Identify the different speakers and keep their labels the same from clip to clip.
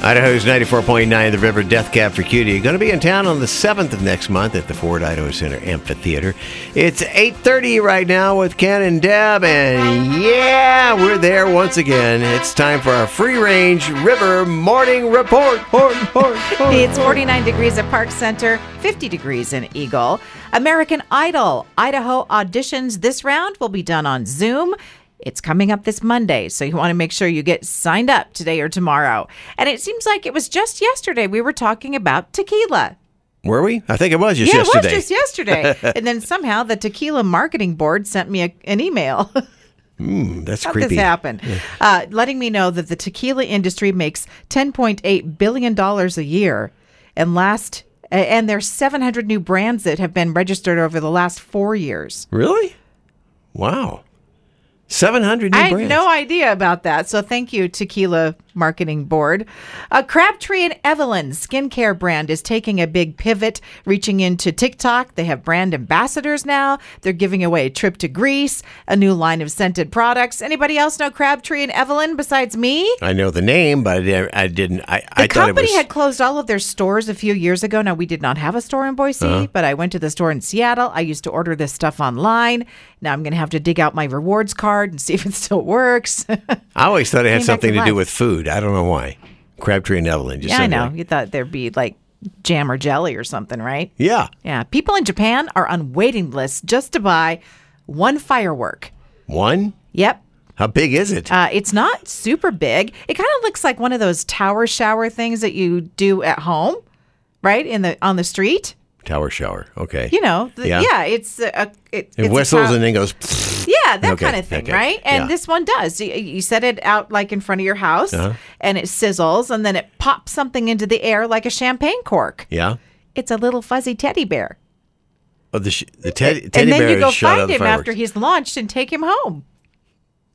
Speaker 1: Idaho's 94.9 The River Death Cab for Cutie. Going to be in town on the 7th of next month at the Ford Idaho Center Amphitheater. It's 8.30 right now with Ken and Deb, and yeah, we're there once again. It's time for our free-range river morning report. Horn, horn, horn.
Speaker 2: It's 49 degrees at Park Center, 50 degrees in Eagle. American Idol Idaho auditions this round will be done on Zoom. It's coming up this Monday, so you want to make sure you get signed up today or tomorrow. And it seems like it was just yesterday we were talking about tequila.
Speaker 1: Were we? I think it was just
Speaker 2: Yeah,
Speaker 1: yesterday.
Speaker 2: it was just yesterday. and then somehow the tequila marketing board sent me a, an email.
Speaker 1: That's
Speaker 2: How
Speaker 1: creepy.
Speaker 2: this happen? Uh, letting me know that the tequila industry makes $10.8 billion a year and last a- and there's 700 new brands that have been registered over the last four years.
Speaker 1: Really? Wow. 700 new
Speaker 2: I had
Speaker 1: brands.
Speaker 2: no idea about that. So thank you, Tequila Marketing Board. Uh, Crabtree and Evelyn skincare brand is taking a big pivot, reaching into TikTok. They have brand ambassadors now. They're giving away a trip to Greece, a new line of scented products. Anybody else know Crabtree and Evelyn besides me?
Speaker 1: I know the name, but I didn't. I, didn't, I,
Speaker 2: The
Speaker 1: I thought it
Speaker 2: company
Speaker 1: was.
Speaker 2: had closed all of their stores a few years ago. Now, we did not have a store in Boise,
Speaker 1: Uh-huh.
Speaker 2: but I went to the store in Seattle. I used to order this stuff online. Now I'm going to have to dig out my rewards card and see if it still works.
Speaker 1: I always thought it had
Speaker 2: Came back
Speaker 1: something
Speaker 2: to
Speaker 1: to do
Speaker 2: life.
Speaker 1: with food. I don't know why. Crabtree and Evelyn. Just
Speaker 2: yeah, I
Speaker 1: seemed
Speaker 2: know.
Speaker 1: like-
Speaker 2: You thought there'd be like jam or jelly or something, right?
Speaker 1: yeah.
Speaker 2: Yeah. People in Japan are on waiting lists just to buy one firework.
Speaker 1: One?
Speaker 2: Yep.
Speaker 1: How big is it?
Speaker 2: Uh, it's not super big. It kind of looks like one of those tower shower things that you do at home, right? In the on the street.
Speaker 1: Tower shower. Okay.
Speaker 2: you know, the,
Speaker 1: Yeah.
Speaker 2: yeah. it's a, a- it,
Speaker 1: it
Speaker 2: it's a
Speaker 1: whistles
Speaker 2: pow-
Speaker 1: and then goes.
Speaker 2: yeah, that
Speaker 1: Okay,
Speaker 2: kind of thing,
Speaker 1: okay,
Speaker 2: right? And
Speaker 1: yeah.
Speaker 2: this one does. You, you set it out like in front of your house,
Speaker 1: Uh-huh.
Speaker 2: and it sizzles, and then it pops something into the air like a champagne cork.
Speaker 1: Yeah.
Speaker 2: It's a little fuzzy teddy bear,
Speaker 1: Oh, the sh- the teddy, teddy
Speaker 2: and then
Speaker 1: bear
Speaker 2: you go
Speaker 1: is shot out of
Speaker 2: find
Speaker 1: the
Speaker 2: him
Speaker 1: fireworks.
Speaker 2: after he's launched and take him home.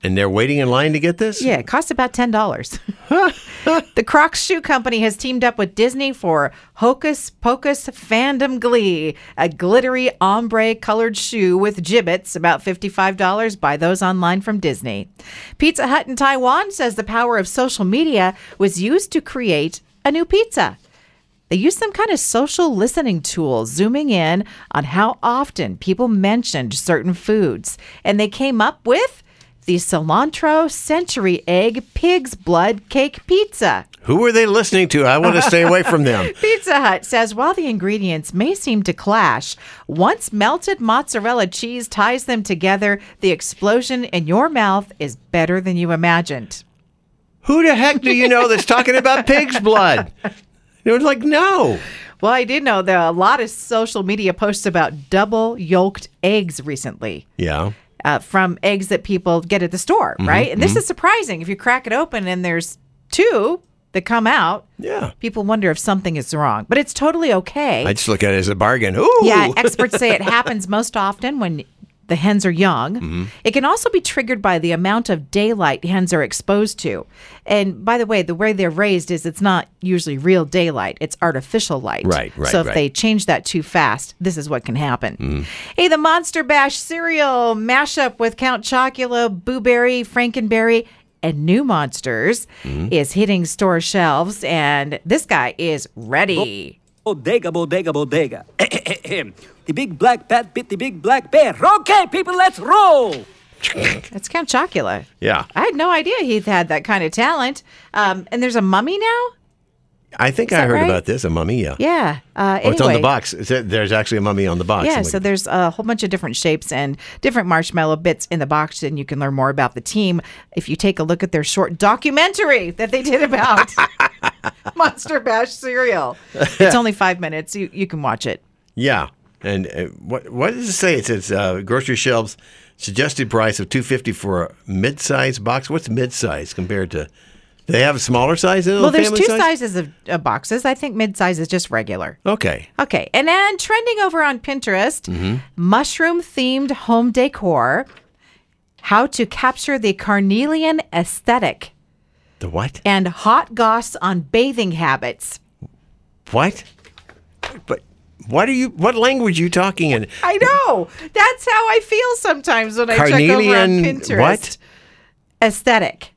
Speaker 1: and they're waiting in line to get this.
Speaker 2: Yeah, it costs about ten dollars. the Crocs shoe company has teamed up with Disney for Hocus Pocus Fandom Glee, a glittery ombre colored shoe with gibbets, about fifty-five dollars. Buy those online from Disney. Pizza Hut in Taiwan says the power of social media was used to create a new pizza. They use some kind of social listening tool, zooming in on how often people mentioned certain foods. And they came up with the cilantro century egg pig's blood cake pizza.
Speaker 1: Who are they listening to? I want to stay away from them.
Speaker 2: Pizza Hut says while the ingredients may seem to clash, once melted mozzarella cheese ties them together, the explosion in your mouth is better than you imagined.
Speaker 1: Who the heck do you know that's talking about pig's blood? It was like, no.
Speaker 2: Well, I did know there are a lot of social media posts about double yolked eggs recently.
Speaker 1: Yeah.
Speaker 2: uh, from eggs that people get at the store, right? And this is surprising. If you crack it open and there's two that come out,
Speaker 1: Yeah.
Speaker 2: people wonder if something is wrong, but it's totally okay.
Speaker 1: I just look at it as a bargain. Ooh.
Speaker 2: yeah, experts say it happens most often when the hens are young.
Speaker 1: Mm-hmm.
Speaker 2: It can also be triggered by the amount of daylight hens are exposed to. And by the way, the way they're raised is it's not usually real daylight, it's artificial light.
Speaker 1: Right, right,
Speaker 2: So if
Speaker 1: right. Mm.
Speaker 2: they change that too fast, this is what can happen. Hey, the Monster Bash cereal mashup with Count Chocula, Boo Berry, Frankenberry, and new monsters
Speaker 1: Mm-hmm.
Speaker 2: is hitting store shelves, and this guy is
Speaker 1: Oh.
Speaker 2: ready.
Speaker 3: Bodega, bodega, bodega. the big black bat bit the big black bear. Okay, people, let's roll.
Speaker 2: That's Count Chocula.
Speaker 1: Yeah.
Speaker 2: I had no idea he had that kind of talent. Um, and there's a mummy now.
Speaker 1: I think I
Speaker 2: that
Speaker 1: heard
Speaker 2: right?
Speaker 1: about this. A mummy. Yeah.
Speaker 2: Yeah. Uh,
Speaker 1: Oh, it's on the
Speaker 2: anyway.
Speaker 1: box. It's- There's actually a mummy on the box.
Speaker 2: Yeah,
Speaker 1: I'm
Speaker 2: so
Speaker 1: like,
Speaker 2: there's a whole bunch of different shapes and different marshmallow bits in the box, and you can learn more about the team if you take a look at their short documentary that they did about Monster Bash cereal. It's only five minutes. You you can watch it.
Speaker 1: Yeah, and uh, what what does it say? It says uh, grocery shelves suggested price of two fifty for a mid size box. What's mid size compared to? Do they have a smaller size in
Speaker 2: Well, there's
Speaker 1: Oh, family
Speaker 2: two
Speaker 1: size?
Speaker 2: sizes of uh, boxes. I think mid size is just regular.
Speaker 1: Okay,
Speaker 2: Okay, and then trending over on Pinterest,
Speaker 1: Mm-hmm.
Speaker 2: mushroom themed home decor, how to capture the carnelian aesthetic,
Speaker 1: the what?
Speaker 2: and hot goss on bathing habits.
Speaker 1: What? But what are you? What language are you talking in?
Speaker 2: I know. That's how I feel sometimes when I check over on
Speaker 1: Carnelian
Speaker 2: Pinterest.
Speaker 1: what?
Speaker 2: Aesthetic.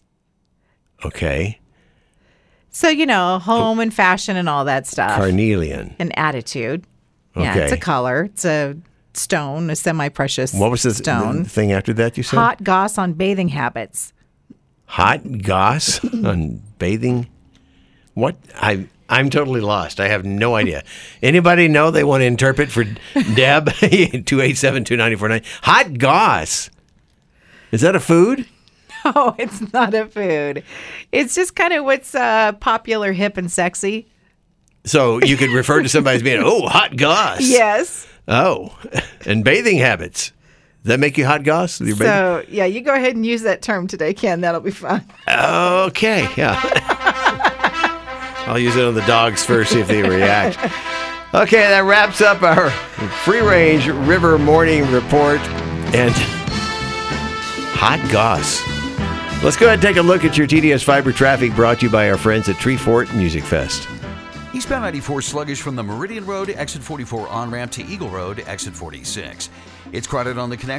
Speaker 1: Okay,
Speaker 2: So, you know, home and fashion and all that stuff.
Speaker 1: Carnelian.
Speaker 2: An attitude. Yeah, it's a
Speaker 1: Okay.
Speaker 2: color. It's a stone, a semi precious
Speaker 1: What was this
Speaker 2: stone.
Speaker 1: the thing after that you said?
Speaker 2: Hot goss on bathing habits.
Speaker 1: Hot goss on bathing. What I I'm totally lost. I have no idea. Anybody know they want to interpret for Deb two eight seven two ninety four nine. Hot goss. Is that a food?
Speaker 2: No, it's not a food. It's just kind of what's uh, popular, hip, and sexy.
Speaker 1: So you could refer to somebody as being oh hot goss.
Speaker 2: Yes.
Speaker 1: Oh, and bathing habits. Does that make you hot goss? Your bathing-
Speaker 2: So, yeah, you go ahead and use that term today, Ken. That'll be fun.
Speaker 1: Okay, yeah. I'll use it on the dogs first, see if they react. Okay, that wraps up our free range river morning report and hot goss. Let's go ahead and take a look at your TDS fiber traffic brought to you by our friends at Tree Fort Music Fest.
Speaker 4: Eastbound 94 sluggish from the Meridian Road, exit 44 on ramp to Eagle Road, exit 46. It's crowded on the connection.